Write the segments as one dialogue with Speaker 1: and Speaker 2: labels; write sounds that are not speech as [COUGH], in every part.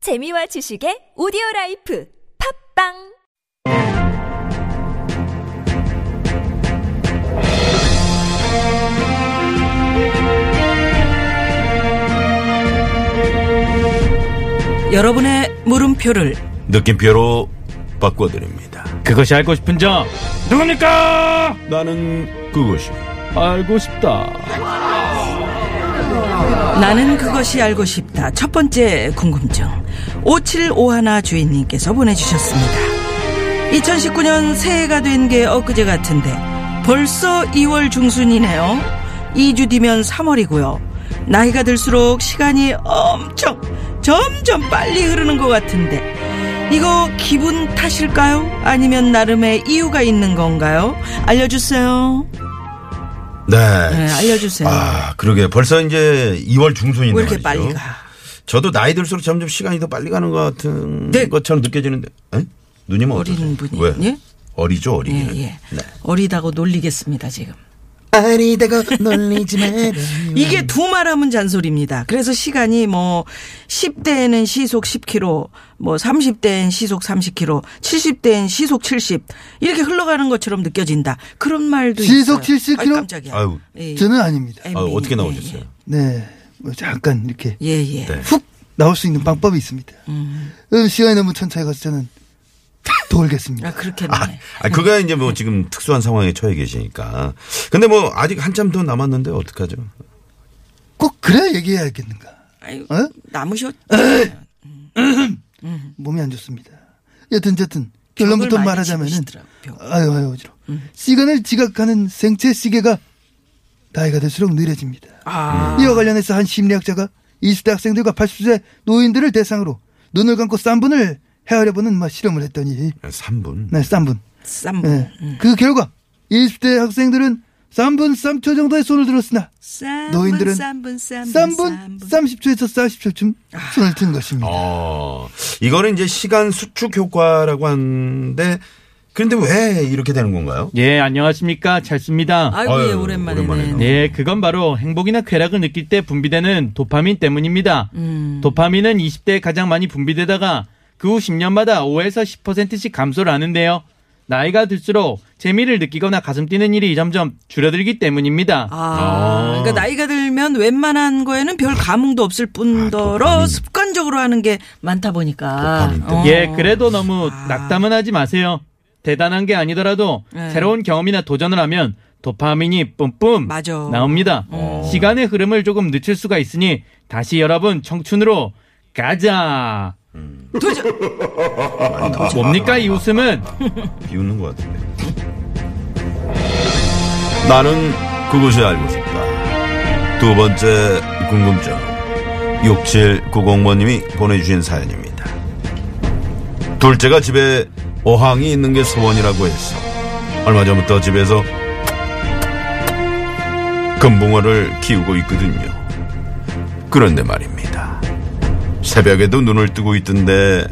Speaker 1: 재미와 지식의 오디오 라이프 팝빵
Speaker 2: 여러분의 물음표를
Speaker 3: 느낌표로 바꿔드립니다.
Speaker 4: 그것이 알고 싶은 점 누굽니까?
Speaker 3: 나는 그것이
Speaker 4: 알고 싶다.
Speaker 2: 나는 그것이 알고 싶다. 첫 번째 궁금증. 5751 주인님께서 보내주셨습니다. 2019년 새해가 된 게 엊그제 같은데 벌써 2월 중순이네요. 2주 뒤면 3월이고요. 나이가 들수록 시간이 엄청 점점 빨리 흐르는 것 같은데 이거 기분 탓일까요? 아니면 나름의 이유가 있는 건가요? 알려주세요.
Speaker 3: 네.
Speaker 2: 네, 알려주세요.
Speaker 3: 아, 네, 그러게. 벌써 이제 2월 중순인데.
Speaker 2: 왜 이렇게
Speaker 3: 말이죠.
Speaker 2: 빨리 가?
Speaker 3: 저도 나이 들수록 점점 시간이 더 빨리 가는 것 같은
Speaker 2: 네.
Speaker 3: 것처럼 느껴지는데. 에? 누님은
Speaker 2: 어린
Speaker 3: 어떠세요?
Speaker 2: 분이-
Speaker 3: 왜?
Speaker 2: 예?
Speaker 3: 어리죠,
Speaker 2: 예,
Speaker 3: 어리기는.
Speaker 2: 예.
Speaker 3: 네.
Speaker 2: 어리다고 놀리겠습니다, 지금.
Speaker 3: 어리다고 놀리지 마라.
Speaker 2: 이게 두 말하면 잔소리입니다. 그래서 시간이 뭐 10대에는 시속 10km, 뭐 30대엔 시속 30km, 70대엔 시속 70 이렇게 흘러가는 것처럼 느껴진다. 그런 말도
Speaker 5: 시속
Speaker 2: 있어요.
Speaker 5: 70
Speaker 2: 아유,
Speaker 5: km?
Speaker 2: 깜짝이야.
Speaker 3: 아유.
Speaker 2: 예.
Speaker 5: 저는 아닙니다.
Speaker 2: MB.
Speaker 3: 아, 어떻게
Speaker 2: 예,
Speaker 3: 나오셨어요?
Speaker 5: 네. 뭐 잠깐 이렇게
Speaker 2: 예, 예.
Speaker 3: 네.
Speaker 5: 훅 나올 수 있는 방법이 있습니다. 음, 시간이 너무 천천히 가서 저는
Speaker 2: 아,
Speaker 5: 돌겠습니다.
Speaker 2: 그렇겠네.
Speaker 3: 아, 아, 그거야 이제 뭐 지금 특수한 상황에 처해 계시니까. 근데 뭐 아직 한참 더 남았는데 어떡하죠?
Speaker 5: 꼭 그래야 얘기해야겠는가.
Speaker 2: 아유,
Speaker 5: 어?
Speaker 2: 남으셨.
Speaker 5: 몸이 안 좋습니다. 여튼 저튼 결론부터
Speaker 2: 벽을 많이 음.
Speaker 5: 말하자면은
Speaker 2: 짚으시더라고, 벽.
Speaker 5: 아유 아유 어지러. 워 시간을 지각하는 생체 시계가 나이가 들수록 느려집니다.
Speaker 2: 아,
Speaker 5: 이와 관련해서 한 심리학자가 20대 학생들과 80세 노인들을 대상으로 눈을 감고 싼분을 헤아려보는 막 실험을 했더니
Speaker 3: 3분.
Speaker 5: 네 싼분
Speaker 2: 쌈.
Speaker 6: 음. 네.
Speaker 5: 예. 그 결과 20대 학생들은 3분 3초 정도의 손을 들었으나
Speaker 2: 쌈분,
Speaker 5: 노인들은
Speaker 2: 쌈분, 쌈분,
Speaker 5: 3분 30초에서 40초쯤
Speaker 6: 아.
Speaker 5: 손을 든 것입니다.
Speaker 3: 어, 이거는 이제 시간 수축 효과라고 하는데, 그런데 왜 이렇게 되는 건가요?
Speaker 4: 예, 안녕하십니까. 잘 씁니다.
Speaker 2: 아이고, 예,
Speaker 3: 아유,
Speaker 2: 오랜만에.
Speaker 3: 오랜만에
Speaker 2: 네.
Speaker 3: 나오네.
Speaker 4: 예, 그건 바로 행복이나 쾌락을 느낄 때 분비되는 도파민 때문입니다.
Speaker 2: 음.
Speaker 4: 도파민은 20대에 가장 많이 분비되다가 그 후 10년마다 5에서 10%씩 감소를 하는데요. 나이가 들수록 재미를 느끼거나 가슴 뛰는 일이 점점 줄어들기 때문입니다.
Speaker 2: 아, 그러니까 나이가 들면 웬만한 거에는 별 감흥도 없을
Speaker 4: 아,
Speaker 2: 뿐더러 습관적으로 하는 게 많다 보니까.
Speaker 3: 도파민
Speaker 2: 어.
Speaker 4: 예, 그래도 너무 낙담은 하지 마세요. 대단한 게 아니더라도
Speaker 2: 네.
Speaker 4: 새로운 경험이나 도전을 하면 도파민이 뿜뿜
Speaker 2: 맞아. 어.
Speaker 4: 나옵니다. 시간의 흐름을 조금 늦출 수가 있으니 다시 여러분 청춘으로 가자. 뭡니까 이 웃음은?
Speaker 3: 비웃는 것 같은데. 나는 그것이 알고 싶다. 두 번째 궁금증. 6790번님이 보내주신 사연입니다. 둘째가 집에 어항이 있는 게 소원이라고 했어. 얼마 전부터 집에서 금붕어를 키우고 있거든요. 그런데 말입니다. 새벽에도 눈을 뜨고 있던데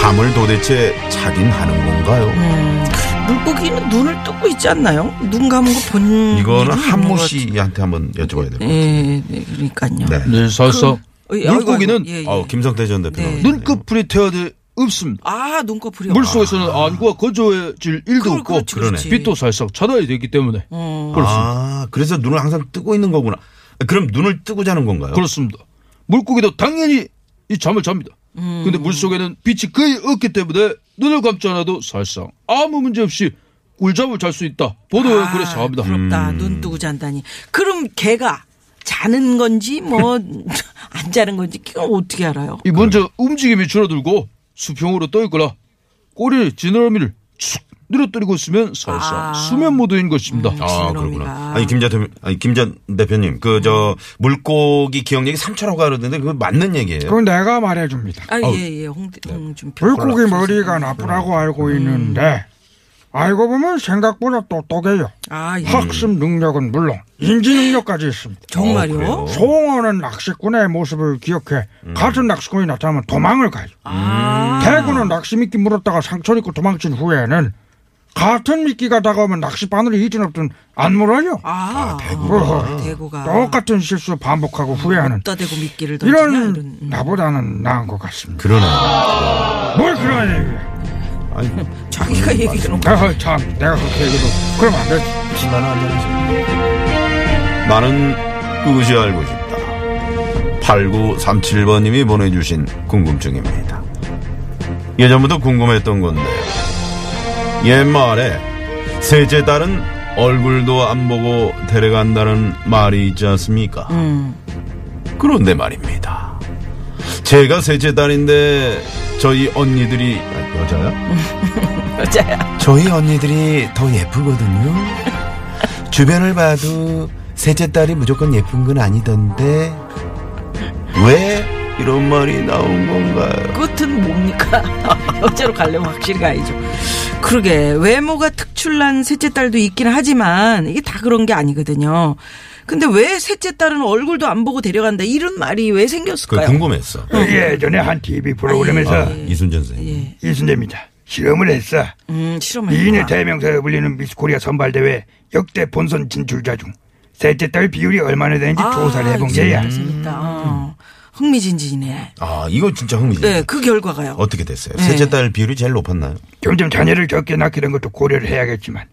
Speaker 3: 잠을 도대체 자긴 하는 건가요?
Speaker 2: 물고기는 눈을 뜨고 있지 않나요? 눈 감은 거 본.
Speaker 3: 이거는
Speaker 2: 일이 있는
Speaker 3: 한모
Speaker 2: 음, 것 같-
Speaker 3: 씨한테 한번 여쭤봐야 될 것 같아요.
Speaker 2: 예, 네, 그러니까요.
Speaker 3: 네.
Speaker 4: 서서
Speaker 2: 어, 예,
Speaker 4: 물고기는
Speaker 2: 아이고, 아이고, 예, 예.
Speaker 3: 어, 김성태 전 대표.
Speaker 2: 네.
Speaker 4: 눈꺼풀이 태어들 없습니다.
Speaker 2: 아, 눈꺼풀이요.
Speaker 4: 물속에서는 안구가 건조해질
Speaker 2: 그걸-
Speaker 4: 일도
Speaker 2: 그렇죠,
Speaker 4: 없고
Speaker 2: 그렇지, 그렇지.
Speaker 4: 빛도 살짝 차단이 되기 때문에
Speaker 2: 어.
Speaker 3: 아, 그래서 눈을 항상 뜨고 있는 거구나. 그럼 눈을 뜨고 자는 건가요?
Speaker 4: 네. 그렇습니다. 물고기도 당연히 이 잠을 잡니다. 근데 물속에는 빛이 거의 없기 때문에 눈을 감지 않아도 사실상 아무 문제 없이 꿀잠을 잘 수 있다. 보도에
Speaker 2: 아,
Speaker 4: 그래서 합니다. 음.
Speaker 2: 부럽다. 눈 뜨고 잔다니. 그럼 걔가 자는 건지 뭐 [LAUGHS] 안 자는 건지 그걸 어떻게 알아요?
Speaker 4: 이 먼저 움직임이 줄어들고 수평으로 떠 있거나 꼬리 지느러미를 축 늘어뜨리고 있으면 사실상
Speaker 2: 아.
Speaker 4: 수면 모드인 것입니다.
Speaker 3: 아,
Speaker 2: 지느러미가. 그러니까.
Speaker 3: 그렇구나. 아니, 김자 대표, 아니, 김전 대표님, 그, 저, 물고기 기억력이 3초라고 하던데, 그거 맞는 얘기예요
Speaker 7: 그건 내가 말해줍니다.
Speaker 2: 아, 예, 예. 홍대,
Speaker 4: 네.
Speaker 2: 홍준표.
Speaker 7: 물고기 머리가
Speaker 2: 네.
Speaker 7: 나쁘다고 알고
Speaker 2: 음.
Speaker 7: 있는데 알고 보면 생각보다 똑똑해요.
Speaker 2: 아, 예.
Speaker 7: 학습 능력은 물론 인지 능력까지 있습니다.
Speaker 2: 정말요?
Speaker 3: 그래요?
Speaker 7: 송어는 낚시꾼의 모습을 기억해 같은 낚시꾼이 나타나면 도망을 가요.
Speaker 2: 음. 아.
Speaker 7: 대구는 낚시미끼 물었다가 상처 입고 도망친 후에는 같은 미끼가 다가오면 낚시 바늘이 이전 없든 안 물어요.
Speaker 2: 아,
Speaker 7: 대구가.
Speaker 2: 대구가.
Speaker 7: 똑같은 실수
Speaker 2: 아,
Speaker 7: 반복하고 후회하는
Speaker 2: 떠 대고 미끼를 던지나 이런. 음.
Speaker 7: 이런 아,
Speaker 2: [LAUGHS]
Speaker 7: 나보다는 나은 것 같습니다.
Speaker 3: 그러네.
Speaker 7: 뭘 그런 얘기야?
Speaker 3: 아니,
Speaker 2: 자기가 얘기를
Speaker 7: 아, 참, 내가 그렇게 얘기도 그러면 안 되지.
Speaker 3: 나는 그것이 알고 싶다. 8937번님이 보내주신 궁금증입니다. 예전부터 궁금했던 건데, 옛말에 셋째 딸은 얼굴도 안 보고 데려간다는 말이 있지 않습니까?
Speaker 2: 음.
Speaker 3: 그런데 말입니다. 제가 셋째 딸인데, 저희 언니들이, 아, 여자야?
Speaker 2: [LAUGHS] 여자야.
Speaker 8: 저희 언니들이 더 예쁘거든요. 주변을 봐도 셋째 딸이 무조건 예쁜 건 아니던데
Speaker 3: 왜 이런 말이 나온 건가요?
Speaker 2: 끝은 뭡니까? [LAUGHS] 여자로 가려면 확실히 가야죠. 그러게 외모가 특출난 셋째 딸도 있긴 하지만 이게 다 그런 게 아니거든요. 근데 왜 셋째 딸은 얼굴도 안 보고 데려간다 이런 말이 왜
Speaker 3: 그
Speaker 2: 생겼을까요?
Speaker 3: 궁금했어.
Speaker 5: 예전에 한 TV 프로그램에서
Speaker 3: 아, 이순전 선생님.
Speaker 2: 아, 예,
Speaker 5: 이순재입니다. 실험을 했어.
Speaker 2: 음 실험을
Speaker 5: 미인의
Speaker 2: 해봐.
Speaker 5: 대명사에 불리는 미스코리아 선발대회 역대 본선 진출자 중 셋째 딸 비율이 얼마나 되는지 조사를 해본
Speaker 2: 이거
Speaker 5: 게야.
Speaker 2: 아, 재밌다. 어, 흥미진진이네.
Speaker 3: 아, 이거 진짜 흥미진진.
Speaker 2: 네, 그 결과가요.
Speaker 3: 어떻게 됐어요?
Speaker 2: 네.
Speaker 3: 셋째 딸 비율이 제일 높았나요?
Speaker 5: 점점 자녀를 적게 낳게 된 것도 고려를 해야겠지만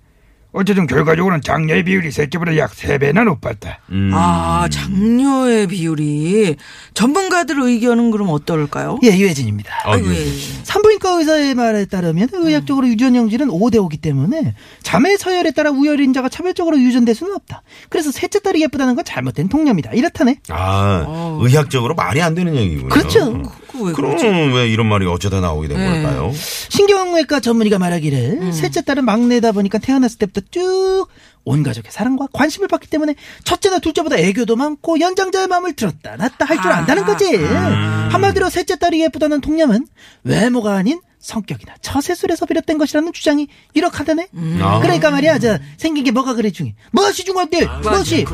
Speaker 5: 어쨌든 결과적으로는 장녀의 비율이 셋째보다 약 3배나 높았다.
Speaker 3: 음.
Speaker 2: 아, 장녀의 비율이 전문가들 의견은 그럼 어떨까요?
Speaker 6: 예, 유해진입니다.
Speaker 3: 아,
Speaker 2: 아이고, 예.
Speaker 6: 산부인과 의사의 말에 따르면 의학적으로
Speaker 5: 음.
Speaker 6: 유전 형질은 5대 5기 때문에 자매 서열에 따라 우열인자가 차별적으로 유전될 수는 없다. 그래서 셋째 딸이 예쁘다는 건 잘못된 통념이다. 이렇다네.
Speaker 3: 아,
Speaker 2: 어.
Speaker 3: 의학적으로 말이 안 되는 얘기군요.
Speaker 6: 그렇죠.
Speaker 3: 어.
Speaker 2: 그거 왜 그러지?
Speaker 3: 그럼 왜 이런 말이 어쩌다 나오게 된
Speaker 2: 네.
Speaker 3: 걸까요?
Speaker 6: 신경외과 전문의가 말하기를 셋째 딸은 막내다 보니까 태어났을 때부터 쭉 온 가족의 사랑과 관심을 받기 때문에 첫째나 둘째보다 애교도 많고 연장자의 마음을 들었다 놨다 할 줄
Speaker 2: 아.
Speaker 6: 안다는 거지. 한마디로 셋째 딸이 예쁘다는 통념은 외모가 아닌 성격이나 처세술에서 비롯된 것이라는 주장이 이렇하다네.
Speaker 3: 아.
Speaker 6: 그러니까 말이야, 저 생긴 게 뭐가 그래 중이 무엇이 중요한데 무엇이?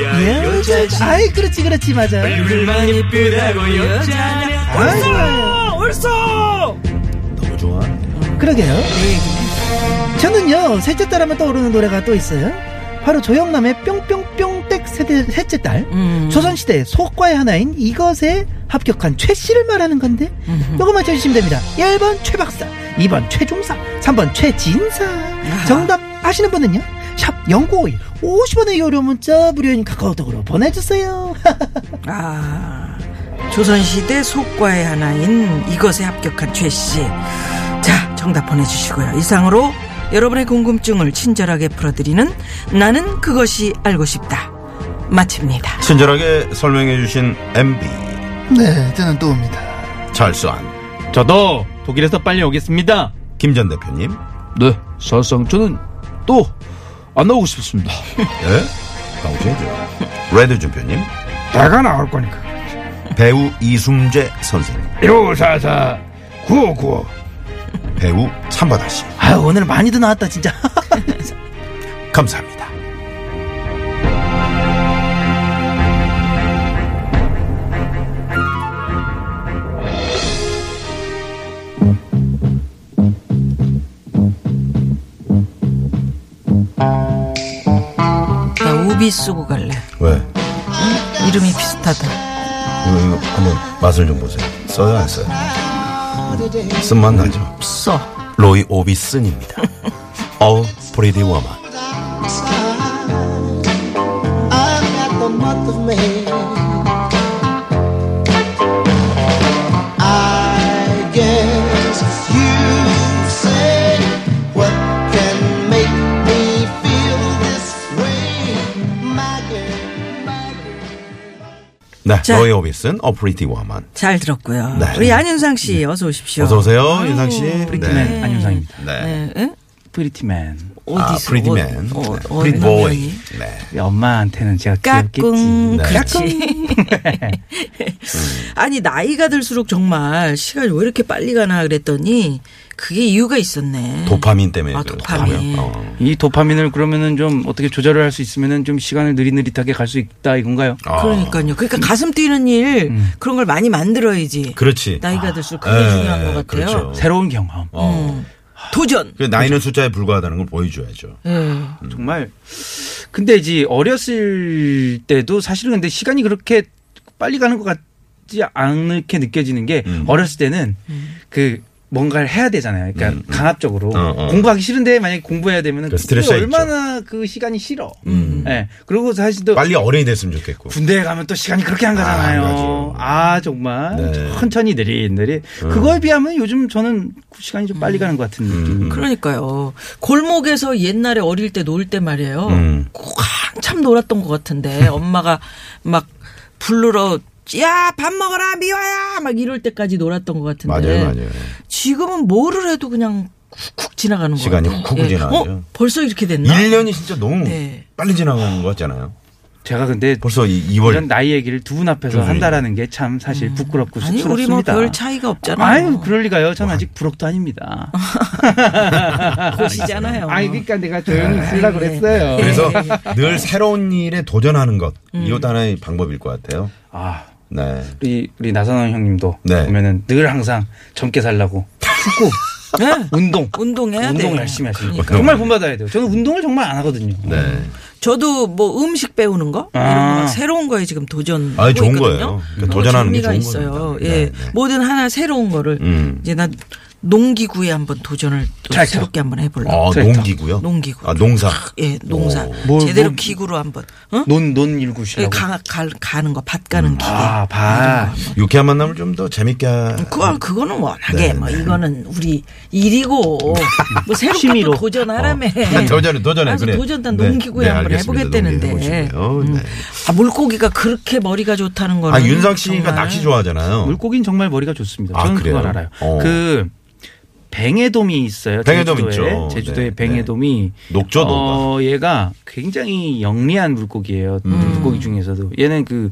Speaker 6: 예, 아이 그렇지 그렇지 맞아. 아이고,
Speaker 3: 너무 좋아.
Speaker 6: 그러게요. 저는요 셋째 딸하면 떠오르는 노래가 또 있어요. 바로 조영남의 뿅뿅뿅댁 세대 셋째 딸
Speaker 2: 음.
Speaker 6: 조선시대 소과의 하나인 이것에 합격한 최 씨를 말하는 건데 요것만 쳐주시면 됩니다. 1번 최 박사, 2번 최종사, 3번 최진사. 정답 아시는 분은요 샵 #0951 50원의 요료 문자 무료인 카카오톡으로 보내주세요.
Speaker 2: 아, 조선시대 속과의 하나인 이것에 합격한 최씨. 자, 정답 보내주시고요. 이상으로 여러분의 궁금증을 친절하게 풀어드리는 나는 그것이 알고 싶다. 마칩니다.
Speaker 3: 친절하게 설명해주신 MB,
Speaker 5: 네, 저는 또 옵니다.
Speaker 3: 잘수한,
Speaker 4: 저도 독일에서 빨리 오겠습니다.
Speaker 3: 김전 대표님.
Speaker 9: 네, 사실상 저는 또 안 나오고 싶습니다.
Speaker 3: 예? 가오셔야죠. 레드준표님,
Speaker 7: 내가 나올 거니까.
Speaker 3: 배우 이순재 선생님,
Speaker 5: 1544 9595
Speaker 3: 배우 참바다 씨.
Speaker 6: 아 오늘 많이도 나왔다 진짜.
Speaker 3: 감사합니다.
Speaker 2: 나 우비 쓰고 갈래.
Speaker 3: 왜?
Speaker 2: 이름이 비슷하다.
Speaker 3: 이거, 이거 한번 맛을 좀 보세요. 써요, 안 써요? 쓴맛 나죠?
Speaker 2: 써.
Speaker 3: 로이 [LAUGHS] 오비슨입니다. 어우, 프리디 워먼. 네,
Speaker 2: 자.
Speaker 3: 로이 오비슨, 어 프리디 워먼.
Speaker 2: 잘 들었고요.
Speaker 3: 네.
Speaker 2: 우리 안윤상 씨, 어서 오십시오.
Speaker 3: 어서 오세요, 윤상 씨.
Speaker 9: 프리티맨 안윤상입니다.
Speaker 3: 네.
Speaker 2: 네, 응?
Speaker 9: 프리티맨.
Speaker 2: 네, 어디
Speaker 3: 아,
Speaker 2: 있어?
Speaker 3: 프리디맨.
Speaker 2: 어, 어, 어,
Speaker 3: 프리보이. 네.
Speaker 9: 우리 엄마한테는 제가 귀엽겠지.
Speaker 2: 까꿍
Speaker 3: 네. 음.
Speaker 2: 그렇지. [LAUGHS] 아니 나이가 들수록 정말 시간이 왜 이렇게 빨리 가나 그랬더니 그게 이유가 있었네.
Speaker 3: 도파민 때문에.
Speaker 2: 아, 도파민.
Speaker 3: 그렇다고요? 어.
Speaker 9: 이 도파민을 그러면은 좀 어떻게 조절을 할 수 있으면은 좀 시간을 느릿느릿하게 갈 수 있다 이건가요?
Speaker 3: 아,
Speaker 2: 그러니까요. 그러니까 가슴 뛰는 일 그런 걸 많이 만들어야지.
Speaker 3: 음. 그렇지.
Speaker 10: 아.
Speaker 2: 나이가 들수록 그게
Speaker 3: 예,
Speaker 2: 중요한 것 같아요.
Speaker 3: 그렇죠.
Speaker 9: 새로운 경험.
Speaker 3: 어.
Speaker 9: 아,
Speaker 11: 도전.
Speaker 10: 그 나이는 숫자에 불과하다는 걸 보여줘야죠.
Speaker 2: 예.
Speaker 9: 정말 근데 이제 어렸을 때도 사실은 근데 시간이 그렇게 빨리 가는 것 같지 않게 느껴지는 게
Speaker 10: 음.
Speaker 9: 어렸을 때는 그 뭔가를 해야 되잖아요. 그러니까
Speaker 10: 음, 음.
Speaker 9: 강압적으로
Speaker 10: 어, 어.
Speaker 9: 공부하기 싫은데 만약에 공부해야 되면은
Speaker 10: 그
Speaker 9: 그게
Speaker 10: 스트레스
Speaker 9: 얼마나 그 시간이 싫어. 예.
Speaker 10: 음.
Speaker 9: 그리고 사실 또
Speaker 10: 빨리 어른이 됐으면 좋겠고.
Speaker 9: 군대에 가면 또 시간이 그렇게 안
Speaker 10: 아, 안 가죠.
Speaker 9: 가잖아요. 아, 정말
Speaker 10: 네.
Speaker 9: 천천히 느리느리.
Speaker 10: 음.
Speaker 9: 그거에 비하면 요즘 저는 시간이 좀 빨리 가는 것 같은 느낌.
Speaker 2: 그러니까요. 골목에서 옛날에 어릴 때 놀 때 말이에요.
Speaker 10: 음.
Speaker 2: 한참 놀았던 것 같은데 엄마가 막 부르러 야 밥 먹어라 미화야 막 이럴 때까지 놀았던 것 같은데
Speaker 10: 맞아요, 맞아요.
Speaker 2: 지금은 뭐를 해도 그냥 쿡쿡 지나가는 거예요.
Speaker 10: 시간이 훅훅 지나가죠.
Speaker 2: 어? 벌써 이렇게 됐나?
Speaker 10: 1년이 진짜 너무
Speaker 2: 네.
Speaker 10: 빨리 지나가는 것 같잖아요.
Speaker 9: 제가 근데
Speaker 10: 벌써 이, 2월.
Speaker 9: 이런 나이 얘기를 두 분 앞에서
Speaker 10: 교수님.
Speaker 9: 한다라는 게 참 사실 부끄럽고
Speaker 2: 음. 아니
Speaker 9: 수치스럽습니다.
Speaker 2: 우리 뭐 별 차이가 없잖아요. 어.
Speaker 9: 아유, 그럴 리가요. 저는 아직 부럽도 아닙니다.
Speaker 2: 보시잖아요.
Speaker 9: 아니, 그러니까 내가 조용히 있으려
Speaker 2: 네.
Speaker 9: 그랬어요.
Speaker 10: 그래서 늘 새로운 일에 도전하는 것.
Speaker 2: 음.
Speaker 10: 이것도 하나의 방법일 것 같아요.
Speaker 9: 아,
Speaker 10: 네.
Speaker 9: 우리 우리 나선홍 형님도
Speaker 10: 네.
Speaker 9: 보면은 늘 항상 젊게 살라고 축구,
Speaker 2: 네.
Speaker 9: 운동,
Speaker 2: 운동해야
Speaker 9: 운동
Speaker 2: 돼요.
Speaker 9: 열심히 하시니까
Speaker 2: 그러니까요.
Speaker 9: 정말 본받아야 돼요. 저는 운동을 정말 안 하거든요.
Speaker 10: 네.
Speaker 2: 저도 뭐 음식 배우는 거 이런
Speaker 9: 아.
Speaker 2: 거 새로운 거에 지금 도전.
Speaker 10: 아, 좋은
Speaker 2: 있거든요.
Speaker 10: 거예요. 그러니까
Speaker 2: 그런 거
Speaker 10: 도전하는 게
Speaker 2: 재미가
Speaker 10: 좋은
Speaker 2: 있어요.
Speaker 10: 겁니다.
Speaker 2: 예,
Speaker 10: 네, 네.
Speaker 2: 뭐든 하나 새로운 거를
Speaker 10: 음.
Speaker 2: 이제 난 농기구에 한번 도전을 또
Speaker 9: 트랙터.
Speaker 2: 새롭게 한번 해볼래.
Speaker 10: 어,
Speaker 9: 트랙터.
Speaker 10: 농기구요?
Speaker 2: 음. 농기구.
Speaker 10: 아, 농사.
Speaker 2: 예, 농사.
Speaker 10: 오.
Speaker 9: 뭘,
Speaker 2: 제대로
Speaker 9: 뭘.
Speaker 2: 기구로 한번. 응?
Speaker 9: 논, 논
Speaker 2: 예,
Speaker 9: 일구시라고.
Speaker 2: 가, 가, 가는 거, 밭 가는
Speaker 10: 음.
Speaker 2: 기계.
Speaker 9: 아, 봐.
Speaker 10: 유쾌한 만남을 좀 더 재밌게. 하-
Speaker 2: 음, 그걸 그거는 워낙에
Speaker 10: 네,
Speaker 2: 뭐
Speaker 10: 네.
Speaker 2: 이거는 우리
Speaker 10: [LAUGHS]
Speaker 2: 일이고 뭐 새롭게 또
Speaker 9: 취미로.
Speaker 2: 도전하라며.
Speaker 10: 네, [LAUGHS] 도전해, 도전해.
Speaker 2: 그래서
Speaker 10: 그래.
Speaker 2: 도전단
Speaker 10: 네,
Speaker 2: 농기구에
Speaker 10: 네,
Speaker 2: 한번
Speaker 10: 알겠습니다. 농기
Speaker 2: 해보겠다는데.
Speaker 10: 해보시고요. 네.
Speaker 2: 아, 물고기가 그렇게 머리가 좋다는 거는
Speaker 10: 아, 윤상 씨가
Speaker 2: 정말.
Speaker 10: 낚시 좋아하잖아요.
Speaker 9: 물고기는 정말 머리가 좋습니다.
Speaker 10: 아,
Speaker 9: 저는
Speaker 10: 그래요?
Speaker 9: 그걸 어. 알아요.
Speaker 10: 어.
Speaker 9: 그 뱅에돔이 있어요.
Speaker 10: 뱅에돔
Speaker 9: 제주도에.
Speaker 10: 있죠.
Speaker 9: 제주도의
Speaker 10: 네,
Speaker 9: 뱅에돔이
Speaker 10: 녹조
Speaker 9: 어, 얘가 굉장히 영리한 물고기예요. 물고기 중에서도 얘는 그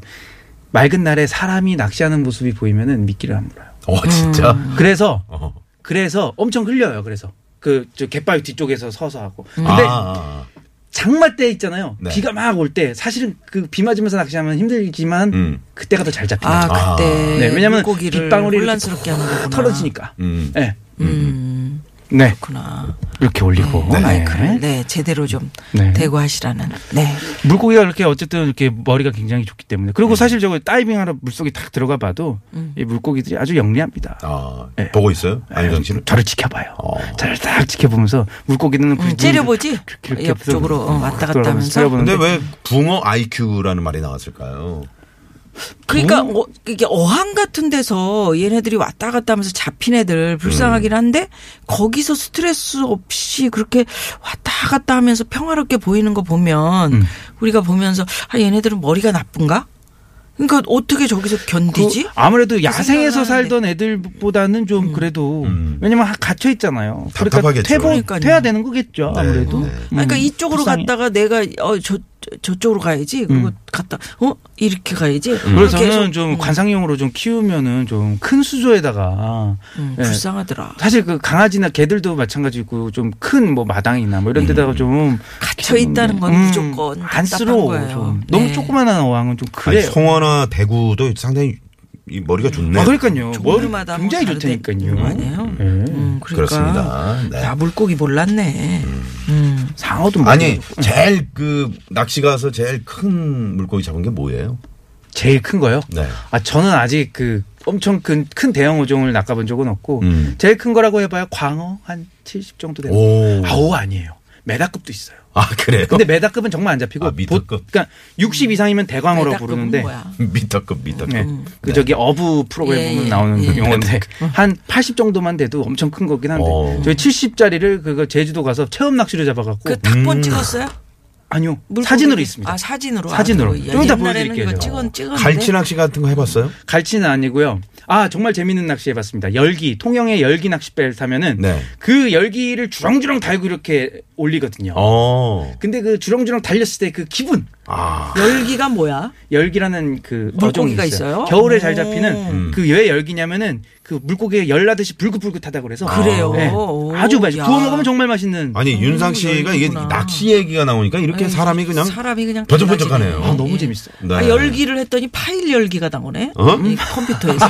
Speaker 9: 맑은 날에 사람이 낚시하는 모습이 보이면은 미끼를 안 물어요.
Speaker 10: 어, 진짜.
Speaker 9: 음. 그래서
Speaker 10: 어.
Speaker 9: 그래서 엄청 흘려요. 그래서 그 저 갯바위 뒤쪽에서 서서 하고.
Speaker 3: 음.
Speaker 9: 근데
Speaker 10: 아, 아, 아.
Speaker 9: 장마 때 있잖아요.
Speaker 10: 네.
Speaker 9: 비가 막 올 때 사실은 그 비 맞으면서 낚시하면 힘들지만
Speaker 10: 음.
Speaker 9: 그때가 더 잘 잡히는 거예요.
Speaker 2: 아, 그때.
Speaker 10: 아.
Speaker 9: 네, 왜냐면
Speaker 2: 물고기를
Speaker 9: 빗방울이 이렇게
Speaker 2: 혼란스럽게 하는 거구나.
Speaker 9: 털어지니까.
Speaker 10: 음.
Speaker 9: 네.
Speaker 2: 음,
Speaker 9: 네.
Speaker 2: 그렇구나.
Speaker 9: 이렇게 올리고.
Speaker 2: 네.
Speaker 9: 네.
Speaker 2: 마이크를. 네, 제대로 좀
Speaker 9: 네.
Speaker 2: 대고 하시라는. 네.
Speaker 9: 물고기가 이렇게 어쨌든 이렇게 머리가 굉장히 좋기 때문에.
Speaker 2: 음.
Speaker 9: 그리고 사실 저거 다이빙하러 물속에 탁 들어가 봐도 이 물고기들이 아주 영리합니다.
Speaker 10: 아,
Speaker 9: 네.
Speaker 10: 보고 있어요? 안윤상 씨는?
Speaker 9: 저를 지켜봐요.
Speaker 10: 어.
Speaker 9: 저를 딱 지켜보면서 물고기는
Speaker 2: 음, 째려보지? 옆쪽으로 어, 왔다 갔다 하면서.
Speaker 10: 근데 왜 붕어 IQ라는 말이 나왔을까요?
Speaker 2: 그러니까 어, 이게 어항 같은 데서 얘네들이 왔다 갔다 하면서 잡힌 애들 불쌍하긴 한데 거기서 스트레스 없이 그렇게 왔다 갔다 하면서 평화롭게 보이는 거 보면
Speaker 9: 음.
Speaker 2: 우리가 보면서 아 얘네들은 머리가 나쁜가? 그러니까 어떻게 저기서 견디지?
Speaker 9: 아무래도 야생에서
Speaker 2: 생각을
Speaker 9: 살던 애들보다는 좀 그래도
Speaker 10: 음.
Speaker 9: 왜냐면 하- 갇혀 있잖아요.
Speaker 10: 답답하겠죠.
Speaker 9: 그러니까
Speaker 2: 그러니까요.
Speaker 9: 퇴보 해야 되는 거겠죠.
Speaker 10: 네,
Speaker 9: 아무래도.
Speaker 10: 네.
Speaker 9: 음,
Speaker 2: 아니, 그러니까 이쪽으로
Speaker 9: 불쌍해. 음.
Speaker 2: 갔다가 내가 어 저 저쪽으로 가야지. 그리고 갔다 어 이렇게 가야지.
Speaker 9: 그래서
Speaker 2: 이렇게
Speaker 9: 저는
Speaker 2: 해서,
Speaker 9: 좀
Speaker 2: 음,
Speaker 9: 관상용으로 좀 키우면은 좀 큰 수조에다가
Speaker 2: 음,
Speaker 9: 예,
Speaker 2: 불쌍하더라.
Speaker 9: 사실 그 강아지나 개들도 마찬가지고 좀 큰 뭐 마당이나 뭐 이런 데다가 좀
Speaker 2: 갇혀 있다는 건 무조건 답답한
Speaker 9: 음, 안쓰러워.
Speaker 2: 거예요.
Speaker 9: 그렇죠. 좀.
Speaker 2: 네.
Speaker 9: 너무 조그만한 어항은 좀
Speaker 10: 아니,
Speaker 9: 그래요.
Speaker 10: 송어나 대구도 상당히 이 머리가 좋네.
Speaker 9: 아, 그러니까요. 머리
Speaker 2: 종류마다 뭐
Speaker 9: 굉장히
Speaker 2: 다른데.
Speaker 9: 좋다니까요.
Speaker 2: 음, 아니에요.
Speaker 9: 예.
Speaker 2: 음,
Speaker 10: 렇습니다 네.
Speaker 2: 야 물고기 몰랐네. 음.
Speaker 9: 상어도 뭐
Speaker 10: 아니, 제일 그 낚시 가서 제일 큰 물고기 잡은 게 뭐예요?
Speaker 9: 제일 큰 거요?
Speaker 10: 네.
Speaker 9: 아 저는 아직 그 엄청 큰, 큰 대형 어종을 낚아본 적은 없고
Speaker 10: 음.
Speaker 9: 제일 큰 거라고 해봐야 광어 한 70 정도 되는
Speaker 10: 오.
Speaker 9: 아오 아니에요. 메다급도 있어요.
Speaker 10: 아, 그래요?
Speaker 9: 근데 메다급은 정말 안 잡히고
Speaker 10: 아, 미터급?
Speaker 9: 보- 그러니까 60 이상이면 대광어라고
Speaker 2: 메다급은
Speaker 9: 부르는데
Speaker 2: 뭐야?
Speaker 10: [LAUGHS] 미터급, 미터급.
Speaker 9: 네. 그 저기 어부 프로그램
Speaker 2: 음. 예,
Speaker 9: 보면
Speaker 2: 예,
Speaker 9: 나오는
Speaker 2: 예.
Speaker 9: 용어인데 한 80 정도만 돼도 엄청 큰 거긴 한데
Speaker 10: 어.
Speaker 9: 저희 70짜리를 그거 제주도 가서 체험 낚시로 잡아갖고
Speaker 2: 그 닭본 찍었어요?
Speaker 9: 아니요
Speaker 2: 물고기?
Speaker 9: 음. 사진으로 있습니다.
Speaker 2: 아 사진으로. 아,
Speaker 9: 사진으로.
Speaker 2: 그거
Speaker 9: 좀
Speaker 2: 옛날에는
Speaker 9: 이따 보여드릴게요,
Speaker 2: 이거
Speaker 9: 제가.
Speaker 2: 찍은 찍었는데.
Speaker 10: 갈치 낚시 같은 거 해봤어요?
Speaker 9: 갈치는 아니고요. 아 정말 재밌는 낚시 해봤습니다. 열기 통영의 열기 낚싯배를 타면은
Speaker 10: 네.
Speaker 9: 그 열기를 주렁주렁 달고 이렇게 올리거든요.
Speaker 10: 어.
Speaker 9: 근데 그 주렁주렁 달렸을 때 그 기분
Speaker 10: 아.
Speaker 2: 열기가 뭐야?
Speaker 9: 열기라는 그
Speaker 2: 물고기가
Speaker 9: 어종이
Speaker 2: 있어요?
Speaker 9: 겨울에
Speaker 2: 오.
Speaker 9: 잘 잡히는
Speaker 10: 음.
Speaker 9: 그 왜 열기냐면은 그 물고기가 열나듯이 불긋불긋하다 그래서
Speaker 2: 그래요?
Speaker 9: 네.
Speaker 2: 오,
Speaker 9: 아주 맛있어. 구워
Speaker 2: 야.
Speaker 9: 먹으면 정말 맛있는.
Speaker 10: 아니, 윤상 씨가 이게
Speaker 2: 열기구나.
Speaker 10: 낚시 얘기가 나오니까 이렇게
Speaker 2: 아, 에이,
Speaker 10: 사람이 그냥.
Speaker 2: 사람이 그냥
Speaker 10: 번쩍번쩍하네요.
Speaker 2: 달라지네.
Speaker 9: 아, 너무
Speaker 2: 예.
Speaker 9: 재밌어요.
Speaker 10: 네.
Speaker 3: 음.
Speaker 2: 아, 열기를 했더니 파일 열기가 나오네.
Speaker 10: 어?
Speaker 3: [LAUGHS]
Speaker 2: 이 컴퓨터에서.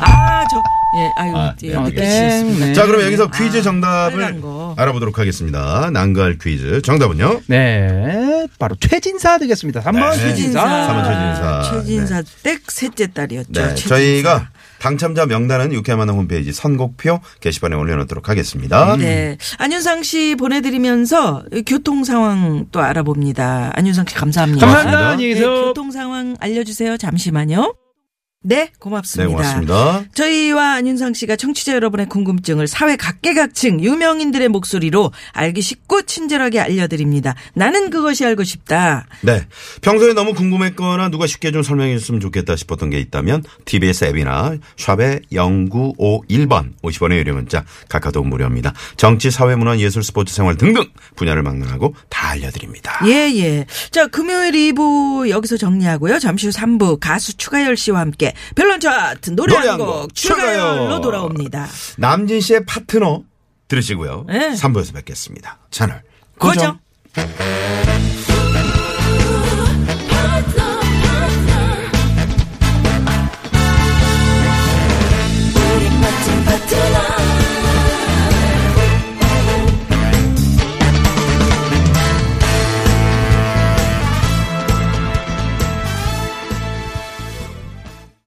Speaker 2: 아, 저, 예, 아유,
Speaker 3: 아,
Speaker 2: 예,
Speaker 3: 네,
Speaker 2: 어떻게
Speaker 3: 알겠습니다.
Speaker 2: 지냈습니까?
Speaker 3: 자, 그럼 여기서
Speaker 2: 아, 빨간
Speaker 3: 퀴즈 정답을
Speaker 2: 거.
Speaker 3: 알아보도록 하겠습니다. 난갈 퀴즈. 정답은요?
Speaker 9: 네, 바로 최진사 되겠습니다. 3번
Speaker 3: 네.
Speaker 9: 최진사.
Speaker 3: 삼은 최진사.
Speaker 2: 아, 최진사 댁 셋째 딸이었죠.
Speaker 3: 네.
Speaker 2: 최진사.
Speaker 3: 저희가 당첨자 명단은 유쾌한 만남 홈페이지 선곡표 게시판에 올려놓도록 하겠습니다.
Speaker 2: 네. 안윤상 씨 보내드리면서 교통 상황 또 알아봅니다. 안윤상 씨 감사합니다.
Speaker 3: 감사합니다.
Speaker 2: 네, 교통 상황 알려주세요. 잠시만요. 네,
Speaker 3: 네, 고맙습니다.
Speaker 2: 저희와 안윤상 씨가 청취자 여러분의 궁금증을 사회 각계각층 유명인들의 목소리로 알기 쉽고 친절하게 알려드립니다. 나는 그것이 알고 싶다.
Speaker 3: 네. 평소에 너무 궁금했거나 누가 쉽게 좀 설명해 줬으면 좋겠다 싶었던 게 있다면 TBS 앱이나 샵의 0951번 50원의 유료 문자 카카오톡 무료입니다. 정치, 사회, 문화, 예술, 스포츠, 생활 등등 분야를 막론하고 다 알려드립니다.
Speaker 2: 예, 예. 자, 금요일 2부 여기서 정리하고요. 잠시 후 3부 가수 추가열 씨와 함께 별난 차트 노래
Speaker 3: 노래
Speaker 2: 한
Speaker 3: 한
Speaker 2: 곡
Speaker 3: 곡 추가열.
Speaker 2: 추가열로 돌아옵니다.
Speaker 3: 남진 씨의 파트너 들으시고요.
Speaker 2: 네.
Speaker 3: 3부에서 뵙겠습니다. 채널
Speaker 2: 고정.